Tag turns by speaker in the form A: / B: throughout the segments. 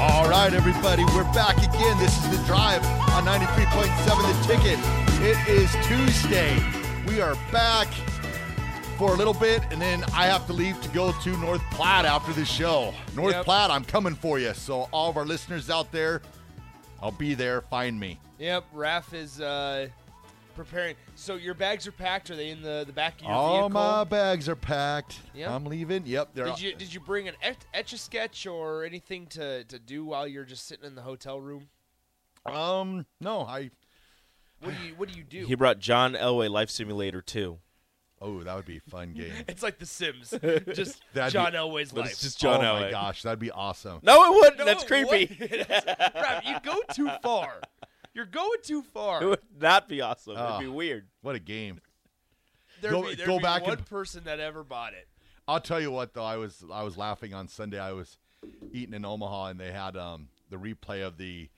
A: All right, everybody, we're back again. This is The Drive on 93.7 The Ticket. It is Tuesday. We are back for a little bit, and then I have to leave to go to North Platte after the show. North
B: Yep.
A: Platte, I'm coming for you. So, all of our listeners out there, I'll be there. Find me.
C: Yep, Raf is uh, preparing. So your bags are packed. Are they in the, the back of your
A: All
C: vehicle?
A: my bags are packed.
C: Yeah.
A: I'm leaving. Yep, they're
C: Did you did you bring an etch a sketch or anything to, to do while you're just sitting in the hotel room?
A: um no, I
C: What do you What do you do?
D: He brought John Elway Life Simulator 2.
A: Oh, that would be a fun game.
C: it's like The Sims, just
A: That'd
C: John
A: be-
C: Elway's
D: But
C: life.
D: it's just John
A: oh my
D: Elway.
A: gosh, that'd be awesome.
D: No, it wouldn't.
C: No,
D: That's creepy.
C: what? That's- Raf, you go too far. You're going too
D: It
C: far.
D: would not be awesome.
A: Ah.
D: It'd be weird.
A: What a game.
C: There'd
A: Go-
C: be, there'd
A: go
C: be
A: back
C: one
A: and-
C: person that ever bought it.
A: I'll tell you what though, I was I was laughing on Sunday. I was eating in Omaha and they had um the replay of the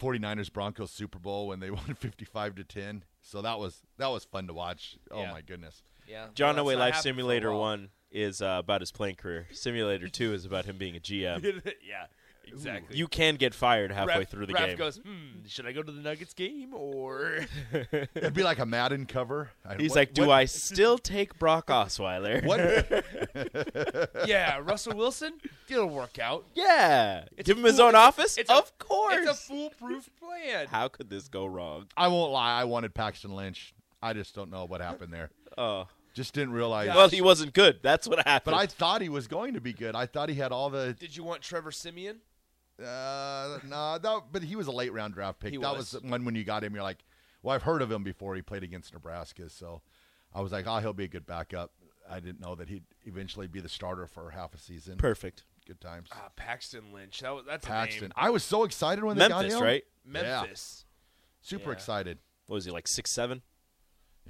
A: 49ers Broncos Super Bowl when they won 55 to 10. So that was that was fun to watch. Oh
C: Yeah.
A: my goodness.
C: Yeah,
D: John
C: well, that's
D: Elway
C: not happened
D: Life
C: for a
D: Simulator
C: while.
D: 1 is uh, about his playing career. Simulator 2 is about him being a GM.
C: yeah, exactly.
D: You can get fired halfway
C: Raf-
D: through the
C: Raf
D: game.
C: goes, hmm, should I go to the Nuggets game or?
A: It'd be like a Madden cover. I-
D: He's
A: what-
D: like, "Do
A: what-
D: I still take Brock Osweiler?"
A: What
C: yeah, Russell Wilson, it'll work out.
D: Yeah.
C: It's
D: Give
C: a
D: him his
C: fool-
D: own
C: it's-
D: office.
C: it's a-
D: of course.
C: It's a foolproof plan.
D: How could this go wrong?
A: I won't lie. I wanted Paxton Lynch. I just don't know what happened there.
D: Oh,
A: Just didn't realize.
D: well, he wasn't good. That's what happened.
A: but I thought he was going to be good. I thought he had all the
C: Did you want Trevor Simeon?
A: Uh, no, that, but he was a late round draft pick.
C: He
A: that was.
C: was.
A: the one when you got him. You're like, well, I've heard of him before. He played against Nebraska, so I was like, oh, he'll be a good backup. I didn't know that he'd eventually be the starter for half a season.
D: perfect.
A: Good times.
C: Ah, Paxton Lynch. That was, that's a
A: Paxton.
C: name.
A: I was so excited when they got
D: Memphis,
A: him.
D: right?
A: Yeah.
C: Memphis.
A: Super
C: Yeah.
A: excited.
D: What was he like six seven?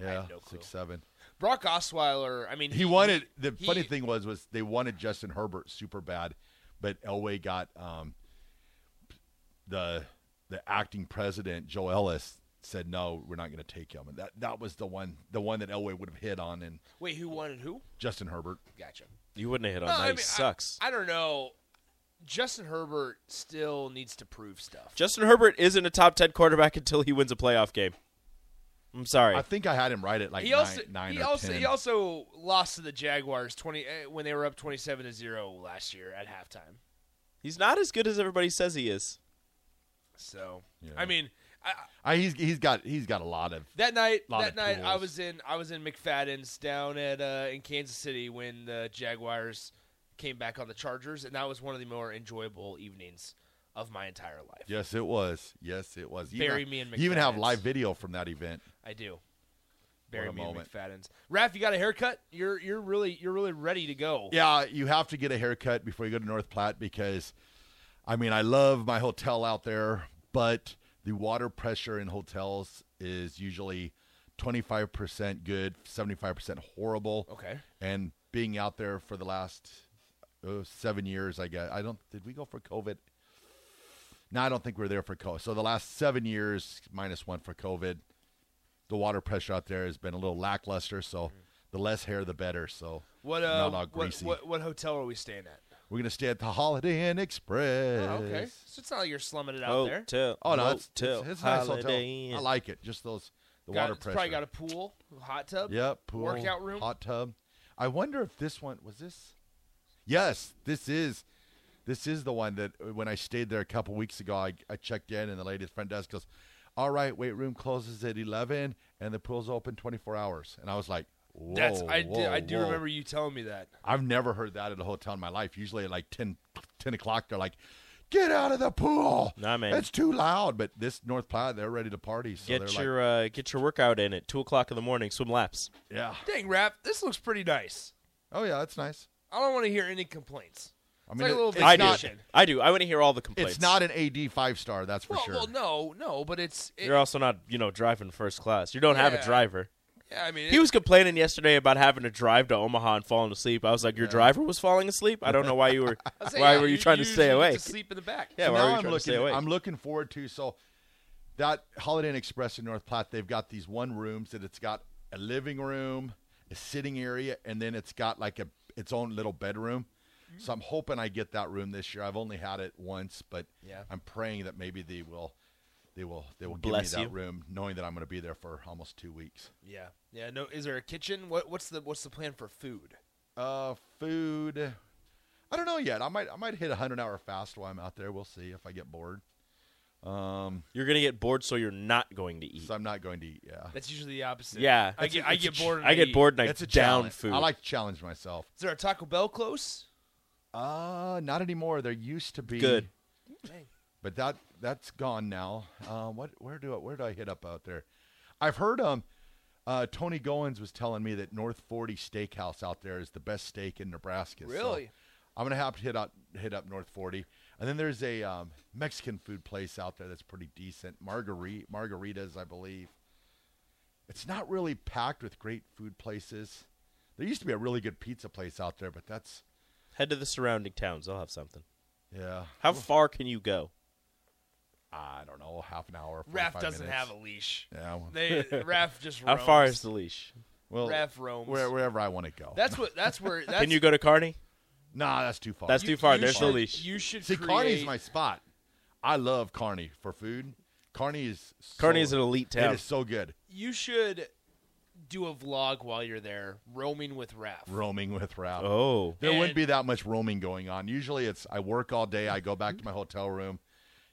A: Yeah,
C: no clue.
A: six seven.
C: Brock Osweiler. I mean,
A: He wanted. The
C: he-
A: funny thing was, was they wanted Justin Herbert super bad, but Elway got um, the the acting president Joe Ellis said no, we're not going to take him, and that that was the one the one that Elway would have hit on, and
C: Wait, who wanted who?
A: Justin Herbert.
C: Gotcha.
D: You wouldn't have hit on
C: No,
D: that.
C: I
D: he
C: mean, I-
D: sucks.
C: I don't know. Justin Herbert still needs to prove stuff.
D: Justin Herbert isn't a top ten quarterback until he wins a playoff game. I'm sorry.
A: I think I had him right at like
C: he
A: nine,
C: also
A: nine
C: he
A: or
C: also
A: ten.
C: he also lost to the Jaguars twenty eh, when they were up twenty seven to zero last year at halftime.
D: He's not as good as everybody says he is.
C: So
A: Yeah.
C: I mean, I,
A: I, he's he's got he's got a lot of
C: That night,
A: Lot
C: that
A: of
C: night, I
A: tools.
C: was in I was in McFadden's down at uh, in Kansas City when the Jaguars came back on the Chargers, and that was one of the more enjoyable evenings of my entire life.
A: yes, it was yes, it was. You
C: Bury
A: even,
C: me in
A: You even have
C: McFadden's.
A: live video from that event.
C: I do. Bury
A: a
C: me in
A: moment.
C: McFadden's. Raph, you got a haircut? You're you're really you're really ready to go.
A: Yeah, you have to get a haircut before you go to North Platte because, I mean, I love my hotel out there, but the water pressure in hotels is usually 25% good, 75% horrible.
C: Okay.
A: And being out there for the last uh, seven years, I guess, I don't, did we go for COVID? No, I don't think we are there for COVID. So the last seven years, minus one for COVID, the water pressure out there has been a little lackluster. So the less hair, the better. So
C: Mm. What
A: I'm
C: uh
A: not all
C: what,
A: greasy.
C: what what hotel are we staying at?
A: We're gonna stay at the Holiday Inn Express.
C: Oh, okay. So it's not like you're slumming it out
D: Oh,
C: there.
D: tell,
A: Oh no,
D: oh,
A: it's, it's,
D: tell,
A: it's a nice hotel.
D: Holiday
A: I
D: Inn.
A: like it. Just those the
C: Got-
A: water
C: it's
A: pressure.
C: probably got a pool, hot tub.
A: yep, pool,
C: workout room.
A: hot tub. I wonder if this one was this. Yes, this is. This is the one that uh, when I stayed there a couple weeks ago, I, I checked in and the lady at the front desk goes, "All right, weight room closes at 11 and the pool's open 24 hours." And I was like, Whoa,
C: That's I
A: whoa,
C: do, I do
A: whoa.
C: remember you telling me that.
A: I've never heard that at a hotel in my life. Usually at like 10, 10 o'clock, they're like, get out of the pool.
D: Nah, man.
A: It's too loud. But this North Platte, they're ready to party. So
D: get
A: they're
D: your
A: like,
D: uh, get your workout in at two o'clock in the morning. Swim laps.
A: yeah.
C: Dang, rap. This looks pretty nice.
A: Oh, yeah, that's nice.
C: I don't want to hear any complaints.
A: I
C: like a little
A: it's
D: I
A: not,
D: do.
C: vacation.
D: I do. I want to hear all the complaints.
A: It's not an AD five star, that's for
C: well,
A: sure.
C: well, no, no, but it's it,
D: You're also not you know driving first class. You don't have a
C: Yeah.
D: driver.
C: yeah. I mean,
D: He
C: it-
D: was complaining yesterday about having to drive to Omaha and falling asleep. I was like, your driver was falling asleep. I don't know why you were.
C: I'd say,
D: why
C: yeah,
D: were you trying to
C: usually
D: stay
C: get
D: awake?
C: Sleep in the back.
D: Yeah,
A: So
D: why were
A: now
D: you
A: I'm
D: trying to
A: looking.
D: stay awake?
A: I'm looking forward to so that Holiday Inn Express in North Platte. They've got these one rooms that it's got a living room, a sitting area, and then it's got like a its own little bedroom.
D: Mm-hmm.
A: So I'm hoping I get that room this year. I've only had it once, but
C: Yeah.
A: I'm praying that maybe they will, they will, they will
D: Bless
A: give me
D: you.
A: that room, knowing that I'm going to be there for almost two weeks.
C: Yeah, yeah. No, is there a kitchen? What what's the what's the plan for food?
A: Uh, food. I don't know yet. I might, I might hit a hundred hour fast while I'm out there. We'll see if I get bored.
D: You're gonna get bored, so you're not going to eat.
A: So I'm not going to eat. Yeah.
C: That's usually the opposite.
D: yeah,
C: I get I
A: it's a
C: get bored. and
D: I get
C: eat.
D: bored and I
A: It's a
D: down
A: challenge.
D: food.
A: I like to challenge myself.
C: Is there a Taco Bell close?
A: Uh, not anymore. There used to be
D: Good.
A: but that that's gone now. Uh, what? Where do I, where do I hit up out there? I've heard um, uh, Tony Goins was telling me that North Forty Steakhouse out there is the best steak in Nebraska. So
C: Really?
A: I'm gonna have to hit up hit up North Forty, and then there's a um, Mexican food place out there that's pretty decent. Margarita margaritas, I believe. It's not really packed with great food places. There used to be a really good pizza place out there, but that's
D: Head to the surrounding towns. They'll have something.
A: yeah.
D: How far can you go?
A: I don't know, half an hour.
C: Raph
A: 45
C: doesn't
A: minutes.
C: have a leash.
A: Yeah. well-
C: They Raph just
D: How
C: roams.
D: far is the leash?
A: Well,
C: Raph roams.
A: where, wherever I want to go.
C: That's what. That's where. That's,
D: Can you go to Carney?
A: nah, that's too far.
D: That's
C: you-
D: too far.
C: you
D: There's no
C: should-
D: leash.
C: You should
A: See,
C: create.
A: Carney's my spot. I love Carney for food. Carney is so,
D: Kearney is an elite town.
A: It is so good.
C: you should do a vlog while you're there, roaming with Raph.
A: Roaming with Ralph.
D: Oh,
A: There
C: And-
A: wouldn't be that much roaming going on. Usually, it's I work all day. I go back to my hotel room,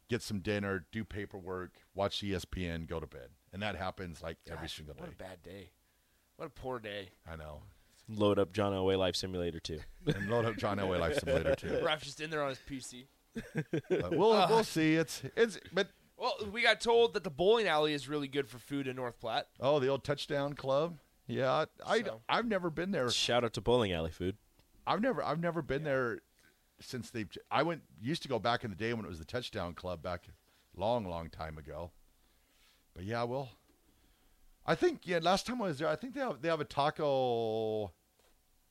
A: get some dinner, do paperwork, watch E ESPN, go to bed, and that happens like every single
C: What
A: day.
C: a bad day. What a poor day.
A: I know.
D: load up John Elway Life Simulator too.
A: And load up John Elway Life Simulator too.
C: Raph's just in there on his PC.
A: But we'll we'll see. It's it's but
C: Well, we got told that the bowling alley is really good for food in North Platte.
A: Oh, the old touchdown club. Yeah, I
C: So-
A: I've never been there.
D: Shout out to Bowling Alley Food.
A: I've never I've never been there since they. I went used to go back in the day when it was the touchdown club back long long time ago. But yeah, well, I think yeah. Last time I was there, I think they have they have a taco.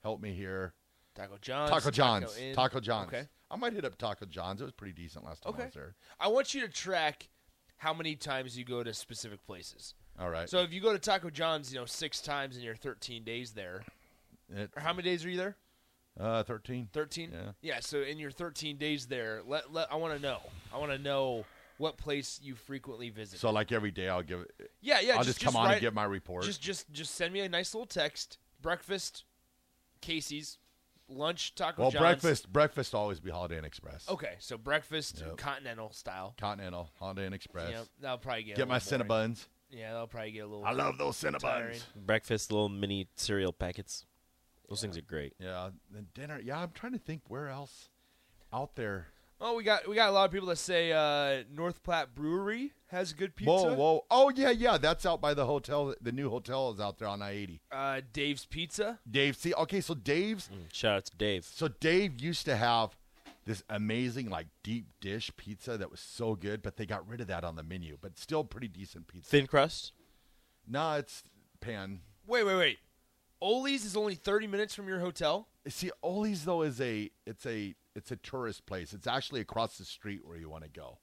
A: Help me here.
C: Taco John's.
A: Taco John's.
C: Inn.
A: Taco John's.
C: Okay.
A: I might hit up Taco John's. It was pretty decent last time I
C: Okay.
A: was there.
C: I want you to track how many times you go to specific places.
A: All right.
C: So if you go to Taco John's, you know, six times in your 13 days there,
A: It-
C: or how many days are you there?
A: uh, thirteen.
C: 13?
A: Yeah.
C: so in your 13 days there, let, let I want to know. I want to know what place you frequently visit.
A: So like every day, I'll give. it.
C: yeah, yeah.
A: I'll just, come on and give my report.
C: Just, just, just send me a nice little text. Breakfast, Casey's, lunch, Taco
A: well,
C: John's.
A: breakfast breakfast always be Holiday Inn Express.
C: Okay, so breakfast,
A: Yep.
C: continental style.
A: Continental, Holiday Inn Express.
C: Yeah, that'll probably get a
A: Get my
C: little boring.
A: Cinnabons.
C: Yeah, that'll probably get a little.
A: I love those
C: tiring.
A: Cinnabons.
D: Breakfast, little mini cereal packets. Those things are great.
A: Yeah, then dinner. Yeah, I'm trying to think where else out there.
C: Oh, we got we got a lot of people that say uh, North Platte Brewery has good pizza.
A: Whoa, whoa. Oh, yeah, yeah. That's out by the hotel. The new hotel is out there on I 80.
C: Uh, Dave's Pizza.
A: Dave, see, okay, so Dave's.
C: Mm.
D: Mm. Shout out to Dave.
A: So Dave used to have this amazing, like, deep dish pizza that was so good, but they got rid of that on the menu, but still pretty decent pizza.
D: Thin crust.
A: Nah, it's pan.
C: Wait, wait, wait. Ollie's is only thirty minutes from your hotel.
A: See, Ollie's though is a it's a it's a tourist place. It's actually across the street where you want to go.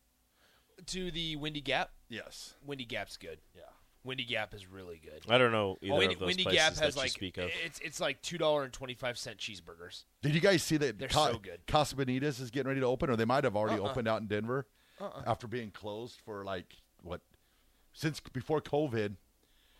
C: to the Windy Gap.
A: Yes.
C: Windy Gap's good. Yeah. Windy Gap is really good. Oh,
D: I don't know either
C: Windy,
D: of those
C: Windy
D: places
C: Gap
D: that
C: has
D: you
C: like eh.
D: speak of.
C: it's it's like two dollar and twenty five cent cheeseburgers.
A: Did you guys see that
C: They're so good. Uh-uh.
A: Casa Bonitas is getting ready to open, or they might have already opened out in Denver after being closed for like what since before COVID.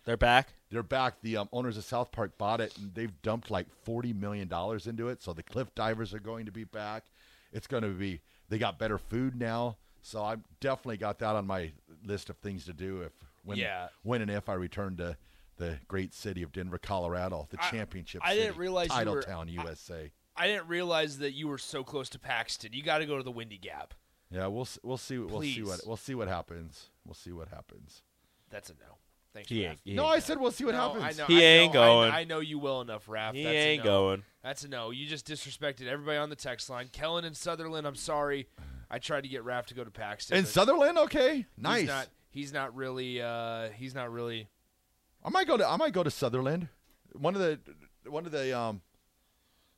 D: They're back.
A: They're back. The um, owners of South Park bought it, and they've dumped like forty million dollars into it. So the cliff divers are going to be back. It's going to be. They got better food now, so I've definitely got that on my list of things to do if when
C: Yeah.
A: when and if I return to the great city of Denver, Colorado, the
C: I-
A: championship.
C: I didn't
A: city,
C: realize you
A: Title
C: were-
A: Town,
C: I-
A: USA.
C: I didn't realize that you were so close to Paxton. You got to go to the Windy Gap.
A: yeah, we'll s- we'll see we'll see what
C: Please.
A: we'll see what happens. We'll see what happens.
C: That's a no. Thanks.
D: He
C: Raph.
D: ain't. He
A: no,
D: ain't
A: I said we'll see what
C: No,
A: happens.
C: I know,
D: He
C: I
D: ain't
C: know, I-
D: going.
C: I, know you well enough, Raph.
D: He
C: That's a
D: ain't
C: no.
D: going.
C: That's a no. You just disrespected everybody on the text line. Kellen and Sutherland, I'm sorry. I tried to get Raph to go to Paxton.
A: In
C: but
A: Sutherland, okay,
C: he's
A: nice.
C: Not, he's not really. Uh, he's not really.
A: I might go to I might go to Sutherland. One of the one of the um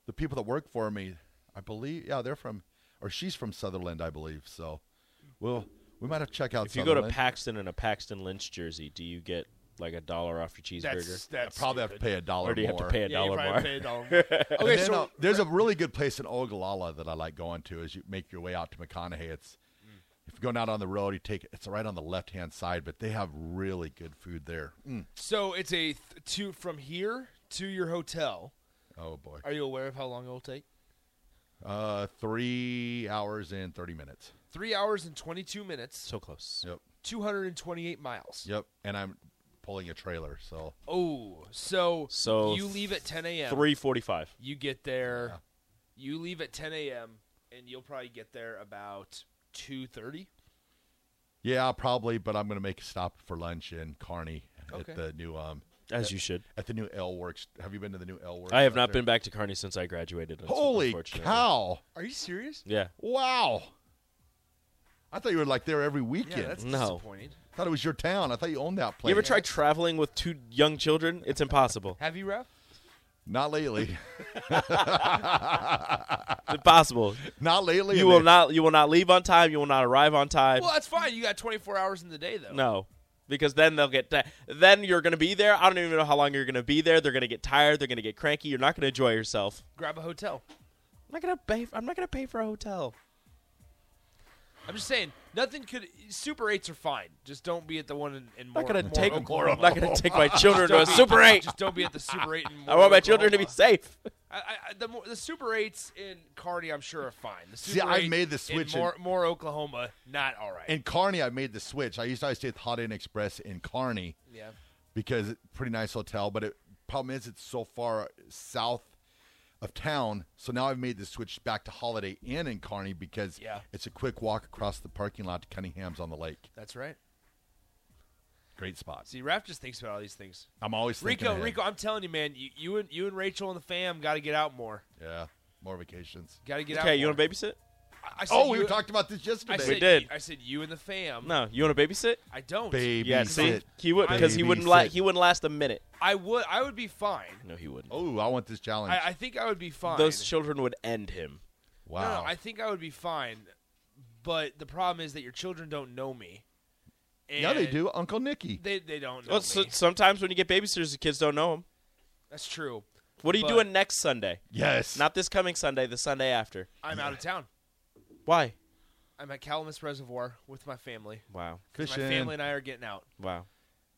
A: the people that work for me, I believe. Yeah, they're from or she's from Sutherland, I believe. So, we'll we might have to check out.
D: If you go to
A: Sutherland.
D: Paxton in a Paxton Lynch jersey, do you get like a dollar off your cheeseburger?
C: That's
A: I
C: that's
A: probably have to
C: stupid.
A: pay a dollar
D: or do you
A: more.
D: have to pay a
C: Yeah, you
D: dollar
C: probably
D: more?
C: pay a dollar more. okay,
A: And then, uh,
C: so
A: there's a really good place in Ogallala that I like going to as you make your way out to McConaughey. It's if you're going out on the road, you take it's right on the left hand side, but they have really good food there. Mm.
C: so it's a th- two from here to your hotel.
A: Oh boy,
C: Are you aware of how long it will take?
A: uh, three hours and thirty minutes.
C: Three hours and twenty-two minutes,
D: so close.
A: Yep,
C: 228 miles.
A: yep. And I'm pulling a trailer, so
C: Oh, so
D: So
C: you leave at 10 a.m.
D: Three forty-five.
C: You get there.
A: Yeah.
C: You leave at 10 a.m. and you'll probably get there about 2:30.
A: yeah, probably. But I'm gonna make a stop for lunch in Kearney
C: Okay.
A: at the new um
D: As you should.
A: at the new L Works. Have you been to the new L Works?
D: I have
A: out
D: not
A: there?
D: been back to Kearney since I graduated.
A: Holy
D: unfortunately.
A: cow!
C: Are you serious?
D: Yeah.
A: Wow. I thought you were like there every
C: Yeah,
A: weekend.
C: that's
D: No.
C: disappointing.
A: I thought it was your town. I thought you owned that place.
D: You ever tried traveling with two young children? It's impossible.
C: Have you, Ralph?
A: Not lately.
D: It's impossible.
A: not lately.
D: You
A: And
D: will
A: they-
D: not. You will not leave on time. You will not arrive on time.
C: Well, that's fine. You got 24 hours in the day, though.
D: No, because then they'll get. T- then you're going to be there. I don't even know how long you're going to be there. They're going to get tired. They're going to get cranky. You're not going to enjoy yourself.
C: Grab a hotel.
D: I'm not going to pay. I'm not going to pay for a hotel.
C: I'm just saying, nothing could. Super 8s are fine. Just don't be at the one in, in
D: I'm
C: more.
D: not going to
C: more
A: Oh,
D: take.
C: Oklahoma.
D: I'm not going to take my children to a
C: Don't be-
D: Super Eight.
C: Just don't be at the Super 8 in
D: I want
C: Moore,
D: my children to be
C: Oklahoma.
D: safe.
C: I, I, the, more, the Super 8s in Carney, I'm sure, are fine. The
A: See,
C: Super
A: I've
C: 8
A: made the switch
C: In
A: in-
C: more, more Oklahoma, not all right.
A: In Kearney, I made the switch. I used to always stay at the Holiday Inn Express in Kearney
C: yeah.
A: because it, pretty nice hotel. But it problem is it's so far south of town. So now I've made the switch back to Holiday Inn in Kearney because
C: Yeah.
A: it's a quick walk across the parking lot to Cunningham's on the lake.
C: That's right.
A: Great spot.
C: See, Raph just thinks about all these things.
A: I'm always thinking
C: Rico,
A: ahead.
C: Rico, I'm telling you, man, you, you and you and Rachel and the fam got to get out more.
A: Yeah, more vacations.
C: Got to get out.
D: Okay, you
C: more.
D: want to babysit?
C: I, I said
A: Oh, we
C: you-
A: talked about this yesterday.
C: I said,
D: We did.
C: I said you and the fam.
D: No, you want to babysit?
C: I don't.
A: Baby,
D: Yeah, see,
A: sit.
D: he would because he wouldn't last.
A: Babysit.
D: He wouldn't last a minute.
C: I would. I would be fine.
D: No, he wouldn't.
A: Oh, I want this challenge.
C: I, I think I would be fine.
D: Those children would end him.
C: No, no,
A: wow.
C: I think I would be fine. But the problem is that your children don't know me.
A: yeah, they
C: And
A: do. Uncle Nicky.
C: They they don't know
D: Well,
C: me.
D: so, sometimes when you get babysitters, the kids don't know him.
C: That's true.
D: What are you
C: But-
D: doing next Sunday?
A: Yes.
D: Not this coming Sunday, the Sunday after.
C: I'm out of town.
D: Why?
C: I'm at Calamus Reservoir with my family.
D: Wow.
C: 'Cause
A: Fishing.
C: My family and I are getting out.
D: Wow.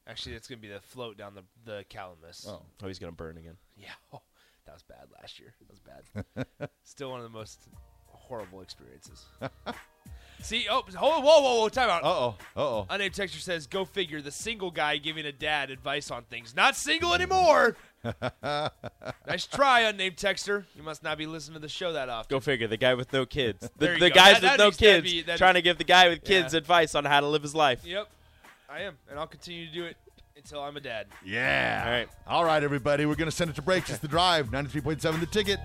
C: Actually, it's gonna be the float down the the Calamus.
A: Oh.
D: Oh, he's gonna burn again.
C: Yeah, oh, that was bad last year. That was bad. Still one of the most horrible experiences. See, oh, hold, whoa, whoa, whoa, time out.
A: Uh-oh. Uh-oh.
C: Unnamed texture says, "Go figure." The single guy giving a dad advice on things. Not single anymore. nice try, unnamed texter. You must not be listening to the show that often.
D: Go figure. The guy with no kids.
C: There
D: The,
C: you
D: the
C: go.
D: guys
C: That-
D: with no
C: that'd be- that'd
D: kids
C: be- that'd
D: trying
C: be-
D: to give the guy with kids
C: Yeah.
D: advice on how to live his life.
C: Yep, I am, and I'll continue to do it until I'm a dad.
A: Yeah.
D: All right.
A: All right, everybody. We're going to send it to break. It's the drive. 93.7 the ticket.